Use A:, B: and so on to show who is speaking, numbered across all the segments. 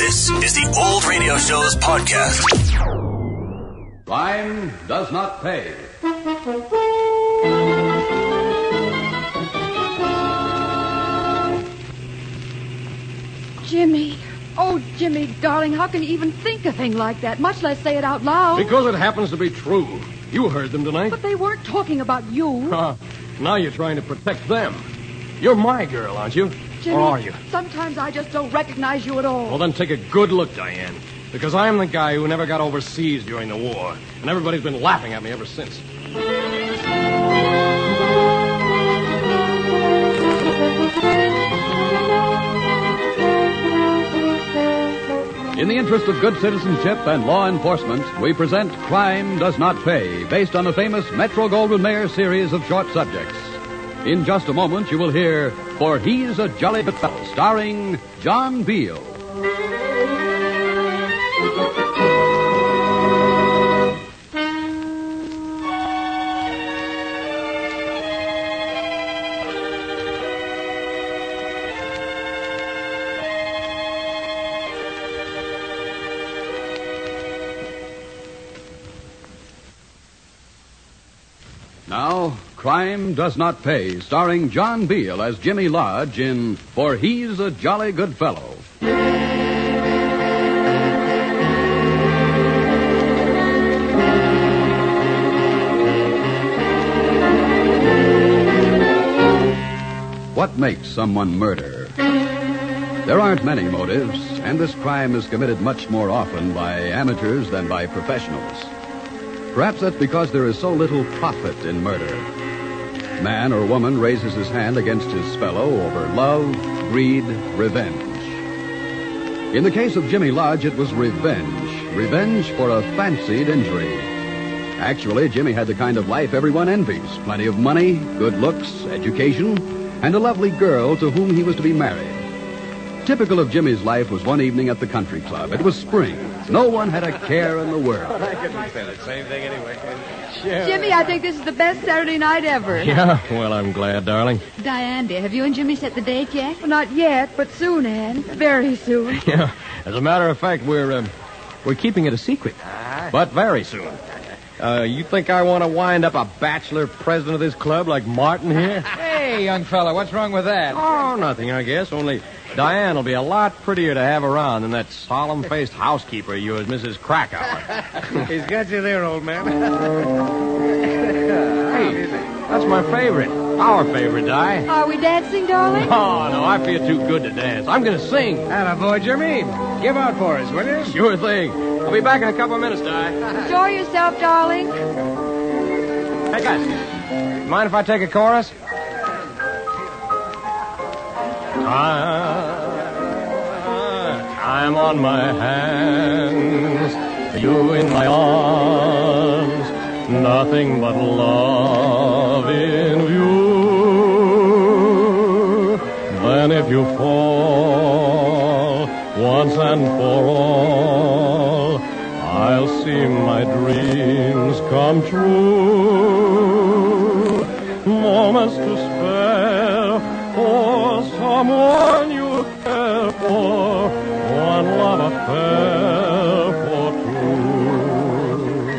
A: This is the Old Radio Show's podcast.
B: Rhyme does not pay.
C: Jimmy. Oh, Jimmy, darling, how can you even think a thing like that, much less say it out loud?
D: Because it happens to be true. You heard them tonight.
C: But they weren't talking about you.
D: Huh. now you're trying to protect them. You're my girl, aren't you?
C: Jimmy,
D: Or are you?
C: sometimes I just don't recognize you at all.
D: Well, then take a good look, Diane. Because I'm the guy who never got overseas during the war. And everybody's been laughing at me ever since.
B: In the interest of good citizenship and law enforcement, we present Crime Does Not Pay, based on the famous Metro Goldwyn Mayer series of short subjects. In just a moment, you will hear For He's a Jolly Good Fellow, starring John Beale. Now, Crime Does Not Pay, starring John Beale as Jimmy Lodge in For He's a Jolly Good Fellow. What makes someone murder? There aren't many motives, and this crime is committed much more often by amateurs than by professionals. Perhaps that's because there is so little profit in murder. Man or woman raises his hand against his fellow over love, greed, revenge. In the case of Jimmy Lodge, it was revenge. Revenge for a fancied injury. Actually, Jimmy had the kind of life everyone envies plenty of money, good looks, education, and a lovely girl to whom he was to be married. Typical of Jimmy's life was one evening at the country club. It was spring. No one had a care in the world.
C: Jimmy, I think this is the best Saturday night ever.
D: Yeah, well, I'm glad, darling.
E: Diane, dear, have you and Jimmy set the date yet?
C: Well, not yet, but soon, Anne. Very soon.
D: Yeah. As a matter of fact, we're, um, we're keeping it a secret.
F: Ah.
D: But very soon. Uh, you think I want to wind up a bachelor president of this club like Martin here?
F: Hey, young fella, what's wrong with that?
D: Oh, nothing, I guess. Only Diane will be a lot prettier to have around than that solemn faced housekeeper of yours, Mrs. Krakauer.
F: He's got you there, old man.
D: Hey, that's my favorite. Our favorite, Di.
C: Are we dancing, darling?
D: Oh, no, I feel too good to dance. I'm going to sing.
F: Atta boy, Jimmy. Give out for us, will you?
D: Sure thing. I'll be back in a couple of minutes, Di.
C: Enjoy yourself, darling.
D: Hey, guys. Mind if I take a chorus? Time, time on my hands, you in my arms, nothing but love in view. Then if you fall once and for all, I'll see my dreams come true. Moments to spare for someone you care for, one love affair for two.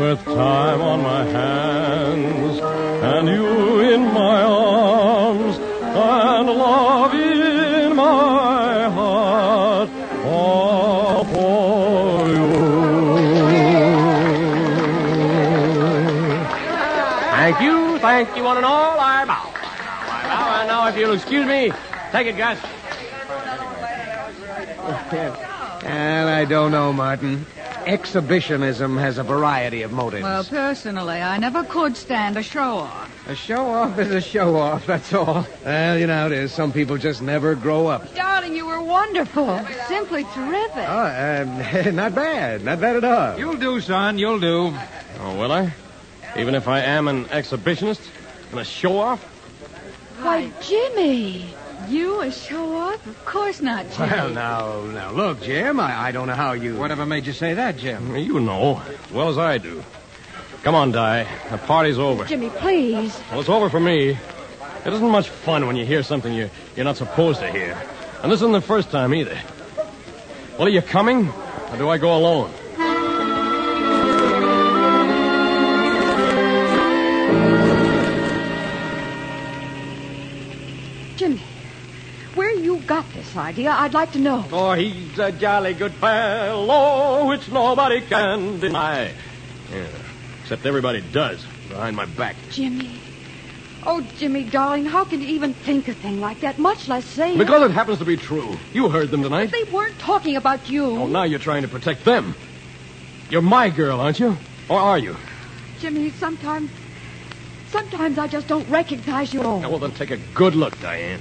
D: With time on my hands and you in my arms and love in my heart, all for you. Thank you, thank you, one and all. I bow. I bow, and now if you'll excuse me, take it, Gus.
F: Well, I don't know, Martin. Exhibitionism has a variety of motives.
E: Well, personally, I never could stand a show off.
F: a show off is a show off, that's all. Well, you know how it is. Some people just never grow up.
C: Darling, you were wonderful. Simply terrific.
F: Oh, uh, not bad. Not bad at all.
G: You'll do, son. You'll do.
D: Oh, will I? Even if I am an exhibitionist and a show off?
C: Why, Jimmy.
E: You a show off? Of course not, Jimmy.
F: Well, now, now, look, Jim, I, I don't know how you.
G: Whatever made you say that, Jim?
D: You know as well as I do. Come on, Di. The party's over.
C: Jimmy, please.
D: Well, it's over for me. It isn't much fun when you hear something you, you're not supposed to hear. And this isn't the first time either.
H: Well, are you coming? Or do I go alone?
C: Jimmy, where you got this idea, I'd like to know.
H: Oh, he's a jolly good fellow, which nobody can deny. Yeah, except everybody does, behind my back.
C: Jimmy. Oh, Jimmy, darling, how can you even think a thing like that, much less say it?
H: Because it happens to be true. You heard them tonight.
C: They weren't talking about you.
H: Oh, now you're trying to protect them. You're my girl, aren't you? Or are you?
C: Jimmy, sometimes... Sometimes I just don't recognize you at all.
H: Now, well, then take a good look, Diane.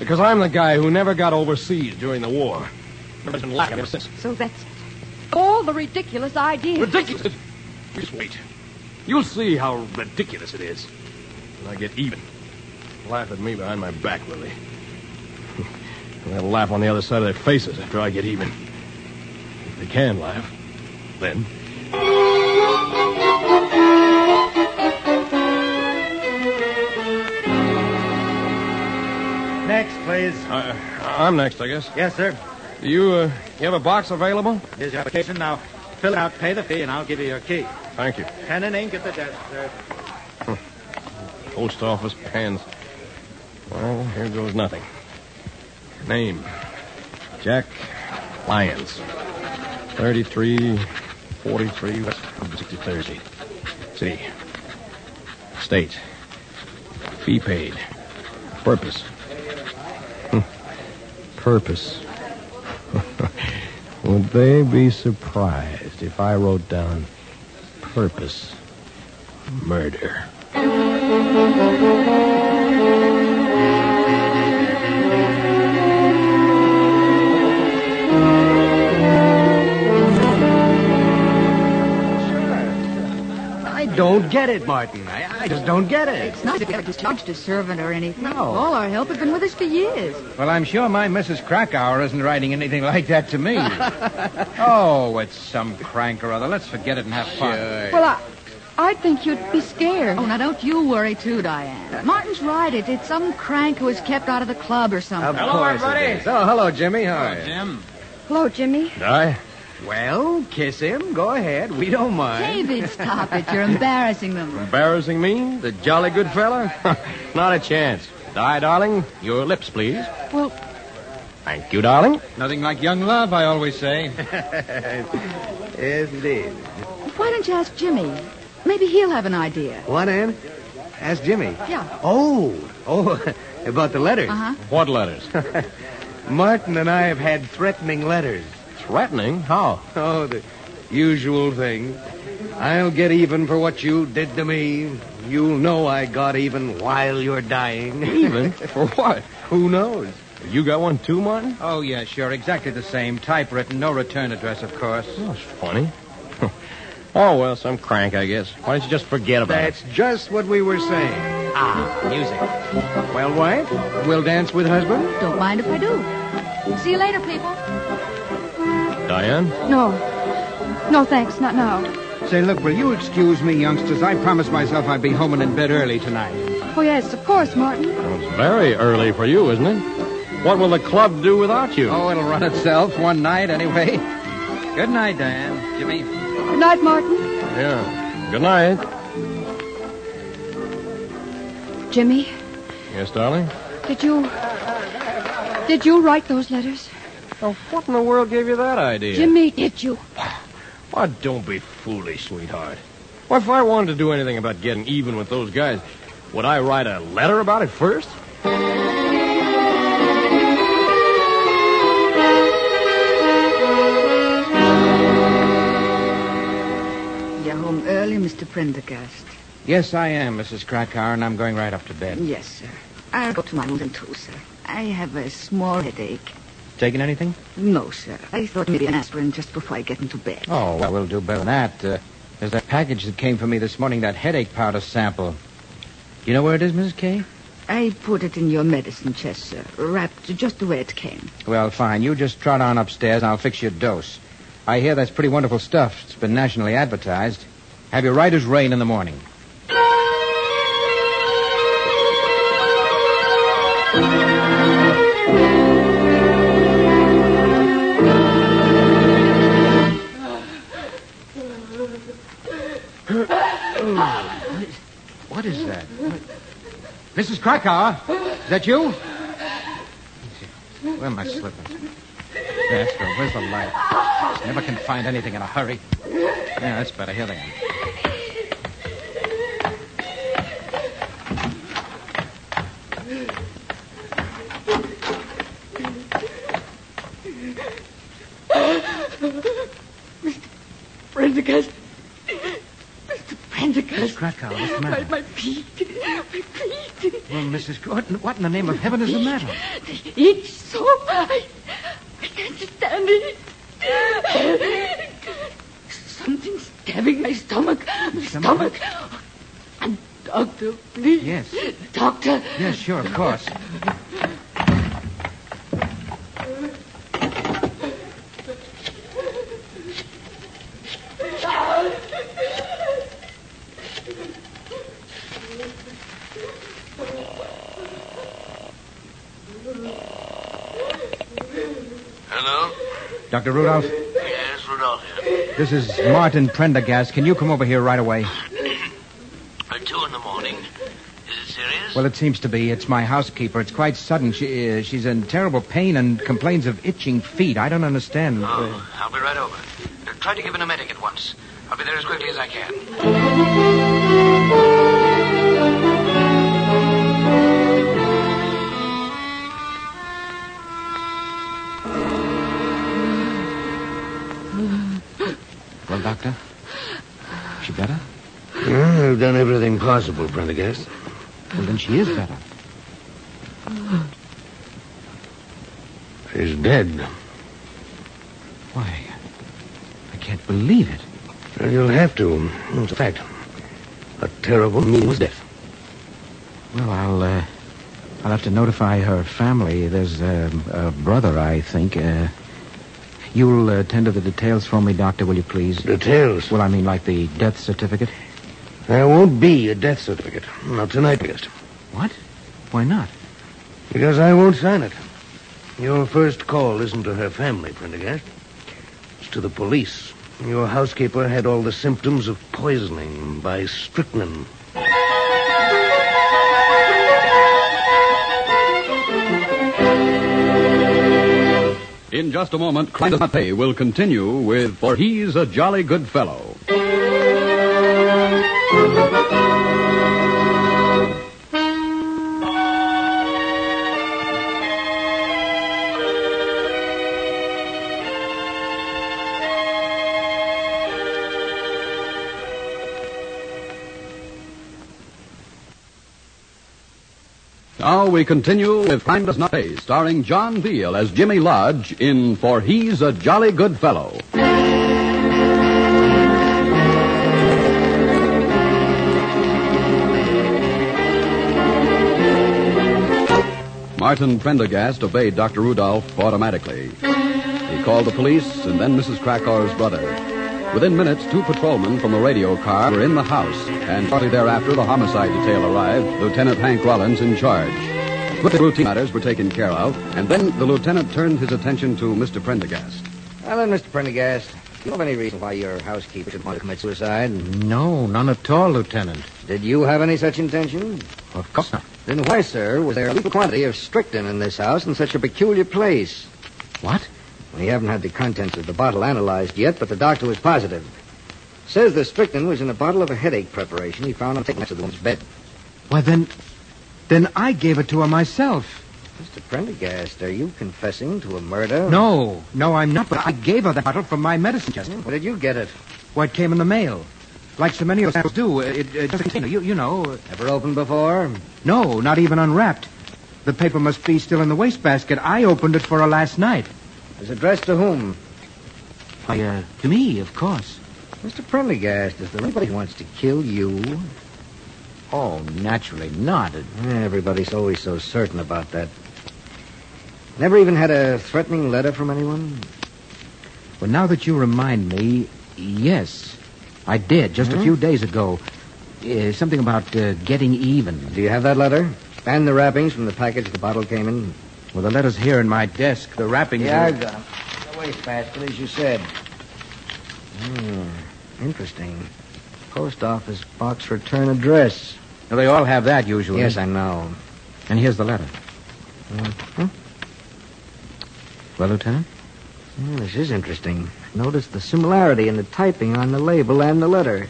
H: Because I'm the guy who never got overseas during the war. I've been lacking ever since.
C: So that's it. all the ridiculous ideas.
H: Ridiculous! Just wait. You'll see how ridiculous it is. And I get even. Laugh at me behind my back, will they? And they'll laugh on the other side of their faces after I get even. If they can laugh, then.
I: Next, please.
H: Uh, I'm next, I guess.
I: Yes, sir.
H: Do you, uh, you have a box available?
I: Here's your application. Now, fill it out, pay the fee, and I'll give you your key.
H: Thank you.
I: Pen and ink at the desk, sir.
H: Post office pens. Well, here goes nothing. Name Jack Lyons. 33 43 West 63rd Street. City. State. Fee paid. Purpose. Hmm. Purpose. Would they be surprised if I wrote down purpose murder?
F: I don't get it, Martin. I, I just don't get it.
E: It's not that we ever discharged a servant or anything.
F: No.
E: All our help have been with us for years.
D: Well, I'm sure my Mrs. Krakauer isn't writing anything like that to me. oh, it's some crank or other. Let's forget it and have fun.
C: Well, I, I think you'd be scared.
E: Oh, now don't you worry too, Diane. Martin's right. It, it's some crank who was kept out of the club or
C: Um,
E: something.
D: Hello,
F: course it
D: everybody.
F: is. Oh, hello, Jimmy. How are you?
D: Jim.
C: Hello, Jimmy.
H: Die?
F: Well, kiss him. Go ahead. We don't mind.
E: David, stop it. You're embarrassing them.
H: Embarrassing me? The jolly good fella? Not a chance. Die, darling. Your lips, please.
C: Well,
H: Thank you, darling.
D: Nothing like young love, I always say.
F: Yes, indeed.
E: Why don't you ask Jimmy? Maybe he'll have an idea.
F: What, Ann? Ask Jimmy.
E: Yeah.
F: Oh, oh, about the letters.
E: Uh-huh.
H: What letters?
F: Martin and I have had threatening letters.
H: Threatening? How?
F: Oh, the usual thing. I'll get even for what you did to me. You'll know I got even while you're dying.
H: Even? For what?
F: Who knows?
H: You got one too, Martin?
D: Oh, yeah, sure. Exactly the same. Typewritten. No return address, of course.
H: That's funny. oh, well, some crank, I guess. Why don't you just forget about
F: That's just what we were saying. Ah, music. Well, wife, we'll dance with husband.
E: Don't mind if I do. See you later, people.
H: it? Diane?
C: no. No, thanks, not now.
F: Say, look, will you excuse me, youngsters? I promised myself I'd be home and in bed early tonight.
C: Oh, yes, of course, Martin.
H: Well, it's very early for you, isn't it? What will the club do without you?
F: Oh, it'll run itself one night anyway.
D: Good night, Diane. Jimmy.
C: Good night, Martin.
H: Yeah. Good night.
C: Jimmy,
H: Yes, darling?
C: did you. Did you write those letters?
H: Oh, what in the world gave you that idea?
C: Jimmy, did you?
H: Why, don't be foolish, sweetheart. Why, if I wanted to do anything about getting even with those guys, would I write a letter about it first?
E: You're home early, Mr. Prendergast.
D: Yes, I am, Mrs. Krakauer, and I'm going right off to bed.
E: Yes, sir. I'll go to my room too, sir. I have a small headache.
D: Taking anything?
E: No, sir. I thought maybe an aspirin just before I get into bed.
D: Oh, well, we'll do better than that. Uh, there's that package that came for me this morning, that headache powder sample. You know where it is, Mrs. Kay?
E: I put it in your medicine chest, sir, wrapped just the way it came.
D: Well, fine. You just trot on upstairs, and I'll fix your dose. I hear that's pretty wonderful stuff. It's been nationally advertised. Have you right as rain in the morning. Mrs. Krakauer, is that you? Where am I slipping? That's the, where's the light? Never can find anything in a hurry. Yeah, that's better. Here they are.
J: Prendergast. Mr.
D: Miss
J: Prendergast.
D: Krakow, what's the
J: My,
D: matter?
J: my feet. My feet.
D: Well, Mrs. What, what in the name of heaven is the matter?
J: They itch so. I, I can't stand it. Something's stabbing my stomach. My
D: Stomach?
J: stomach. And doctor, please.
D: Yes.
J: Doctor.
D: Yes, sure, of course.
A: Hello?
D: Dr. Rudolph,
A: Yes, Rudolph here.
D: this is Martin Prendergast. Can you come over here right away?
A: At two in the morning. Is it serious?
D: Well, it seems to be. It's my housekeeper. It's quite sudden. She uh, she's in terrible pain and complains of itching feet. I don't understand.
A: oh, I'll be right over. Uh, try to give an emetic at once. I'll be there as quickly as I can.
D: Well, doctor, she better?
F: Well, I've done everything possible, Prendergast.
D: Well, then she is better.
F: She's dead.
D: Why? I can't believe it.
F: Well, you'll have to. It's a fact. A terrible, meaningless death.
D: Well, I'll uh, I'll have to notify her family. There's um, a brother, I think. Uh, you'll uh, tend to the details for me, doctor, will you please?
F: Details.
D: Well, I mean, like the death certificate.
F: There won't be a death certificate. Not tonight, Prendergast.
D: What? Why not?
F: Because I won't sign it. Your first call isn't to her family, Prendergast. It's to the police. Your housekeeper had all the symptoms of poisoning by strychnine.
B: In just a moment, Crime Does Not Pay will continue with For He's a Jolly Good Fellow. Now we continue with Crime Does Not Pay, starring John Veal as Jimmy Lodge in For He's a Jolly Good Fellow. Martin Prendergast obeyed Dr. Rudolph automatically. He called the police and then Mrs. Krakauer's brother. Within minutes, two patrolmen from a radio car were in the house, and shortly thereafter, the homicide detail arrived, Lieutenant Hank Rollins in charge. Quickly, routine matters were taken care of, and then the lieutenant turned his attention to Mr. Prendergast.
K: Well, then, Mr. Prendergast, do you have any reason why your housekeeper should want to commit suicide?
D: No, none at all, Lieutenant.
K: Did you have any such intention?
D: Of course not.
K: Then why, sir, was there a legal quantity of strychnine in this house in such a peculiar place?
D: What?
K: We haven't had the contents of the bottle analyzed yet, but the doctor was positive. Says the strychnine was in a bottle of a headache preparation he found on the next to the woman's bed.
D: Why, then. Then I gave it to her myself.
K: Mr. Prendergast, are you confessing to a murder?
D: No, no, I'm not, but I gave her the bottle from my medicine chest.
K: Where did you get it?
D: What came in the mail. Like so many of us do, it, it doesn't contain, you, you know.
K: Ever opened before?
D: No, not even unwrapped. The paper must be still in the wastebasket. I opened it for her last night.
K: Is addressed to whom?
D: Why, uh, to me, of course.
K: Mr. Prendergast, is there anybody who wants to kill you?
D: Oh, naturally not.
K: Everybody's always so certain about that. Never even had a threatening letter from anyone?
D: Well, now that you remind me, yes, I did just a few days ago. Uh, something about uh, getting even.
K: Do you have that letter? And the wrappings from the package the bottle came in?
D: Well, the letter's here in my desk. The wrappings.
K: Yeah,
D: are-
K: I've got them. The wastebasket, as you said. Hmm. Interesting. Post office box return address.
D: Now, they all have that usually.
K: Yes, I know.
D: And here's the letter.
K: Mhm.
D: Well, Lieutenant?
K: Yeah, Hmm, this is interesting. Notice the similarity in the typing on the label and the letter.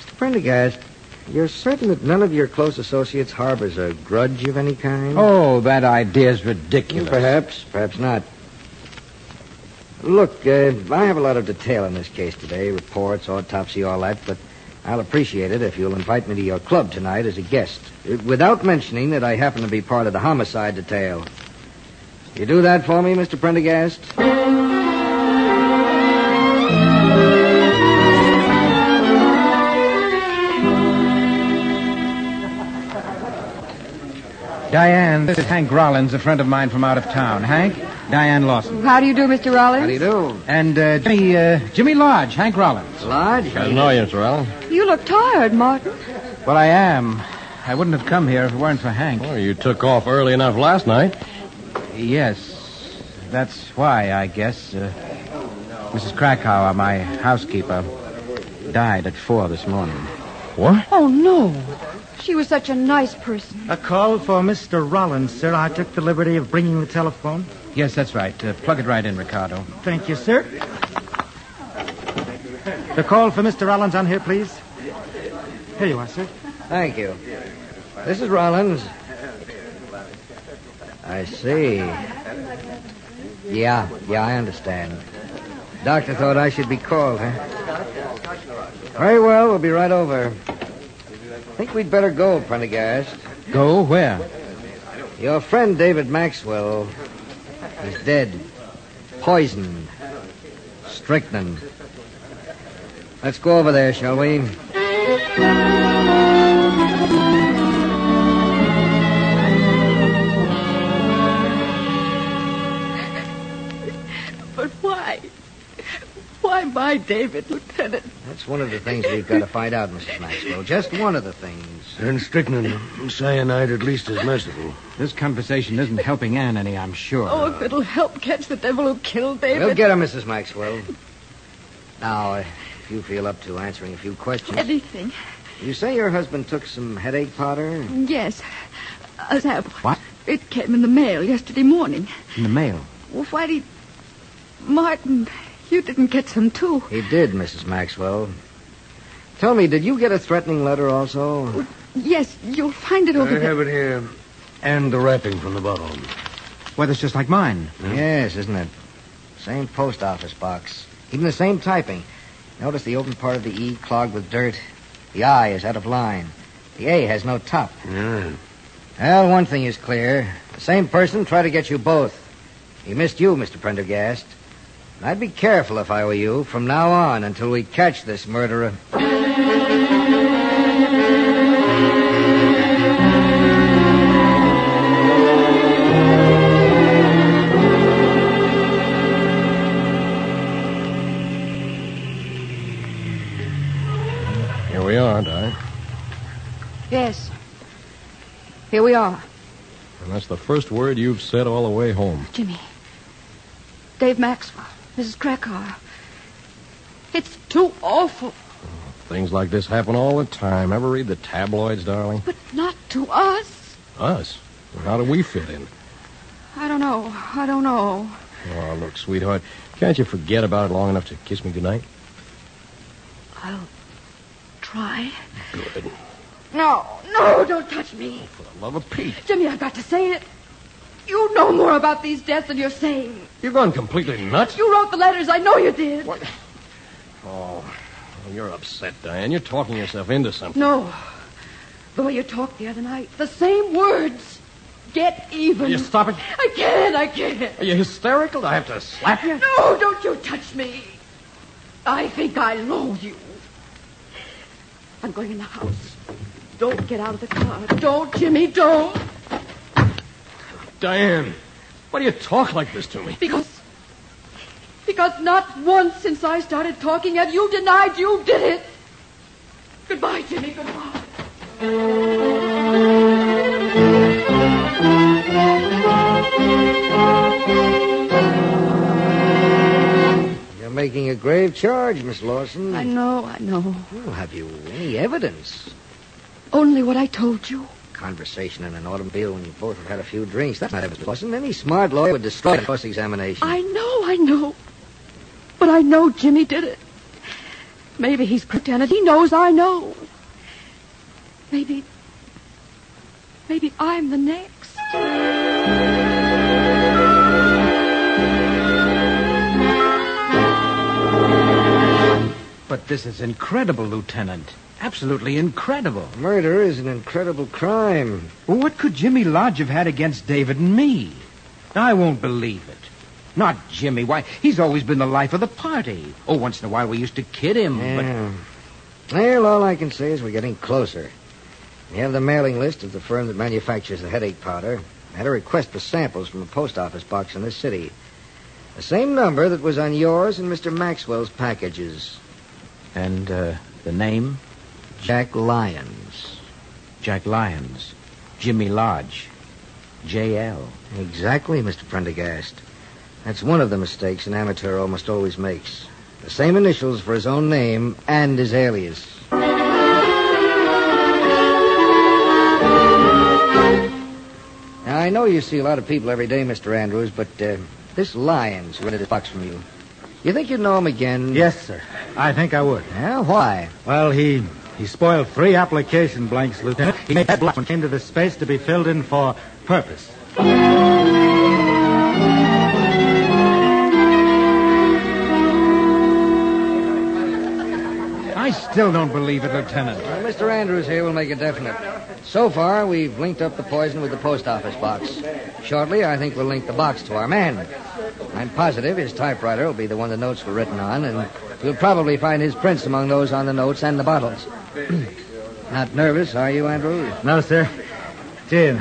K: Mr. Prendergast, you're certain that none of your close associates harbors a grudge of any kind?
D: Oh, that idea's ridiculous.
K: Perhaps, perhaps not. Look, uh, I have a lot of detail in this case today reports, autopsy, all that, but I'll appreciate it if you'll invite me to your club tonight as a guest, uh, without mentioning that I happen to be part of the homicide detail. You do that for me, Mr. Prendergast?
D: Diane, this is Hank Rollins, a friend of mine from out of town. Hank, Diane Lawson.
C: How do you do, Mr. Rollins?
K: How do you do?
D: And uh, Jimmy, uh, Jimmy Lodge, Hank Rollins.
K: Lodge?
H: I know you, Mr. Allen.
C: You look tired, Martin.
D: Well, I am. I wouldn't have come here if it weren't for Hank.
H: Well, you took off early enough last night.
D: Yes, that's why, I guess. Uh, Mrs. Krakauer, my housekeeper, died at four this morning.
H: What?
C: Oh, no. She was such a nice person.
I: A call for Mr. Rollins, sir. I took the liberty of bringing the telephone.
D: Yes, that's right. Uh, plug it right in, Ricardo.
I: Thank you, sir. The call for Mr. Rollins on here, please. Here you are, sir.
K: Thank you. This is Rollins. I see. Yeah, yeah, I understand. Doctor thought I should be called, huh? Very well, we'll be right over. Think we'd better go, Prendergast.
D: Go where?
K: Your friend David Maxwell is dead. Poisoned. Strychnine. Let's go over there, shall we?
J: But why? Why my David, Lieutenant?
K: That's one of the things we've got to find out, Mrs. Maxwell. Just one of the things.
F: And strychnine, cyanide at least is merciful.
D: This conversation isn't helping Anne any, I'm sure.
J: Oh, if it'll help catch the devil who killed David.
K: We'll get her, Mrs. Maxwell. Now, if you feel up to answering a few questions.
J: Anything.
K: You say your husband took some headache powder?
J: Yes. A sample.
D: What?
J: It came in the mail yesterday morning.
D: In the mail.
J: Well, why did... Martin, you didn't get some, too.
K: He did, Mrs. Maxwell. Tell me, did you get a threatening letter also?
J: Yes, you'll find it
F: I
J: over there.
F: have it here. And the wrapping from the bottle.
D: Well, that's just like mine.
K: Yes, isn't it? Same post office box. Even the same typing. Notice the open part of the E clogged with dirt. The I is out of line. The A has no top.
F: Yeah.
K: Oh, Well, one thing is clear. The same person tried to get you both. He missed you, Mr. Prendergast. And I'd be careful if I were you from now on until we catch this murderer.
H: Here we are, Di.
C: Yes. Here we are.
H: And that's the first word you've said all the way home.
C: Jimmy. Dave Maxwell. Mrs. Krakauer. It's too awful,
H: Things like this happen all the time. Ever read the tabloids, darling?
C: but not to us.
H: Us? How do we fit in?
C: I don't know. I don't know.
H: Oh, look, sweetheart, can't you forget about it long enough to kiss me goodnight?
J: I'll try.
H: Good.
C: No, no, don't touch me.
H: For the love of Pete.
C: Jimmy, I've got to say it. You know more about these deaths than you're saying.
H: You've gone completely nuts.
C: You wrote the letters. I know you did.
H: What? Oh, well, you're upset, Diane. You're talking yourself into something.
C: No. The way you talked the other night, the same words. Get even.
H: Will you stop it?
C: I can't, I can't.
H: Are you hysterical? Do I have to slap you?
C: No, don't you touch me. I think I know you. I'm going in the house. Don't get out of the car. Don't, Jimmy, don't.
H: Diane, why do you talk like this to me?
C: Because. Because not once since I started talking have you denied you did it. Goodbye, Jimmy, goodbye.
K: You're making a grave charge, Miss Lawson.
C: know, I know.
K: Well, have you any evidence?
C: Only what I told you.
K: Conversation in an automobile when you both have had a few drinks. That's not evidence, Lawson. Any smart lawyer would destroy the cross-examination.
C: I know, I know. But I know Jimmy did it. Maybe he's pretended. He knows I know. Maybe. Maybe I'm the next.
D: But this is incredible, Lieutenant. Absolutely incredible.
K: Murder is an incredible crime.
L: Well, what could Jimmy Lodge have had against David and me? I won't believe it. Not Jimmy. Why, he's always been the life of the party. Oh, once in a while we used to kid him,
K: Yeah. Well, all I can say is we're getting closer. We have the mailing list of the firm that manufactures the headache powder. I had a request for samples from a post office box in this city. The same number that was on yours and Mr. Maxwell's packages.
D: And uh, the name?
K: Jack Lyons.
D: Jack Lyons. Jimmy Lodge. J.L.
K: Exactly, Mr. Prendergast. That's one of the mistakes an amateur almost always makes. The same initials for his own name and his alias. Now, I know you see a lot of people every day, Mr. Andrews, but uh, this Lyons rented his box from you. You think you'd know him again?
I: Yes, sir. I think I would.
K: Yeah? Why?
I: Well, he he spoiled three application blanks, Lieutenant. He made that black one came to the space to be filled in for purpose.
L: I still don't believe it, Lieutenant.
K: Well, Mr. Andrews here will make it definite. So far, we've linked up the poison with the post office box. Shortly, I think we'll link the box to our man. I'm positive his typewriter will be the one the notes were written on, and you'll probably find his prints among those on the notes and the bottles. Not nervous, are you, Andrews?
I: No, sir. Gee, an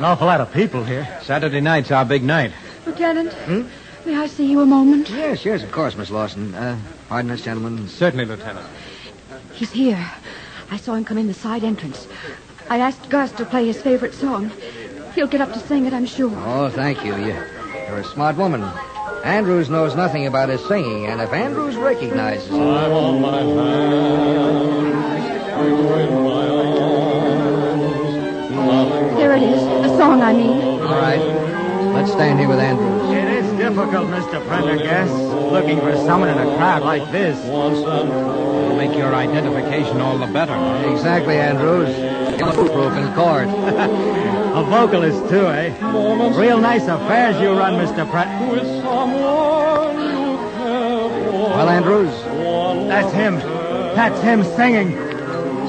I: awful lot of people here. Saturday night's our big night.
C: Lieutenant, may I see you a moment?
K: Yes, yes, of course, Miss Lawson. Uh, pardon us, gentlemen.
I: Certainly, Lieutenant.
C: He's here. I saw him come in the side entrance. I asked Gus to play his favorite song. He'll get up to sing it, I'm sure.
K: Oh, thank you. You- You're a smart woman. Andrews knows nothing about his singing, and if Andrews recognizes it.
C: There it is. The song, I mean.
K: All right. Let's stand here with Andrews.
I: It is difficult, Mr. Prendergast, looking for someone in a crowd like this.
D: It'll make your identification all the better.
K: Exactly, Andrews. You're proof in court.
I: A vocalist, too, eh? Real nice affairs you run, Mr. Pratt.
K: Well, Andrews.
I: That's him. That's him singing.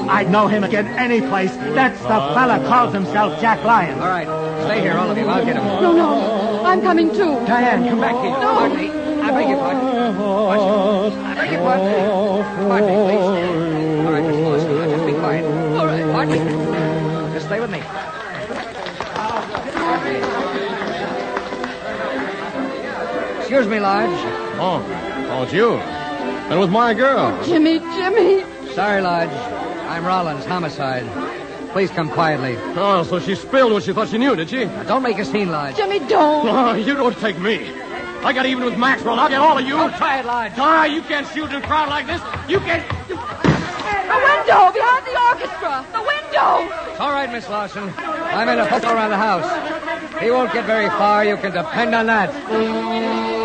I: I'd know him again any place. That's the fella calls himself Jack Lyons.
K: All right. Stay here, all of you. I'll get him.
C: No, no. I'm coming too.
K: Diane, come back here. Pardon me. I beg your pardon. Watch. I beg your pardon. Pardon me, please. All right, Miss Lawson. I'll just be quiet. All right. Pardon me. Just stay with me. Excuse me, Lodge.
H: Oh, oh, it's you. And with my girl.
C: Jimmy, Jimmy.
K: Sorry, Lodge. I'm Rollins, homicide. Please come quietly.
H: Oh, so she spilled what she thought she knew, did she?
K: Now, don't make a scene, Lodge.
C: Jimmy, don't.
H: Oh, you don't take me. I got even with Maxwell. I'll get all of you.
K: Don't try it, Lodge.
H: Ah, you can't shoot in a crowd like this. You can't. You...
C: The window behind the orchestra. The window.
K: All right, Miss Lawson. I'm in a photo around the house. He won't get very far. You can depend on that.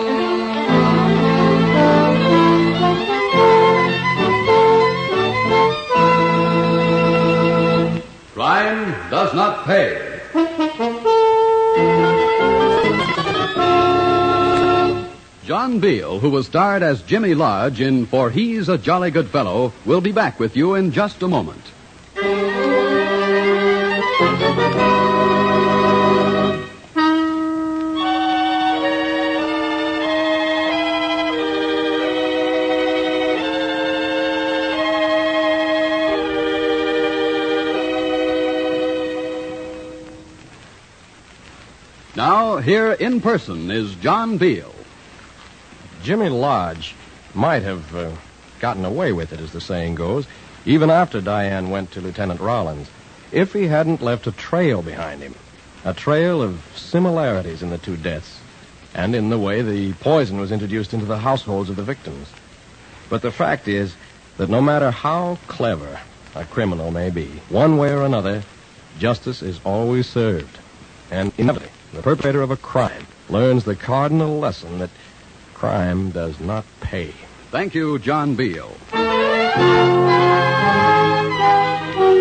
B: Crime does not pay. John Beale, who was starred as Jimmy Lodge in For He's a Jolly Good Fellow, will be back with you in just a moment. Now, here in person is John Beale.
H: Jimmy Lodge might have uh, gotten away with it, as the saying goes, even after Diane went to Lieutenant Rollins, if he hadn't left a trail behind him. A trail of similarities in the two deaths, and in the way the poison was introduced into the households of the victims. But the fact is that no matter how clever a criminal may be. One way or another, justice is always served. And inevitably, the perpetrator of a crime learns the cardinal lesson that crime does not pay.
B: Thank you, John Beale.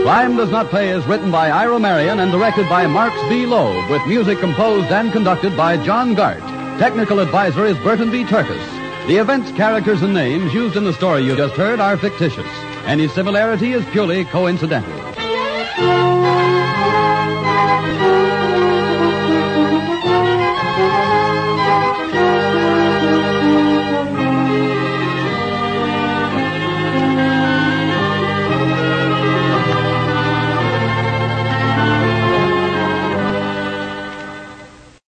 B: Crime Does Not Pay is written by Ira Marion and directed by Marks B. Loeb, with music composed and conducted by John Gart. Technical advisor is Burton B. Turkis. The events, characters, and names used in the story you just heard are fictitious. Any similarity is purely coincidental.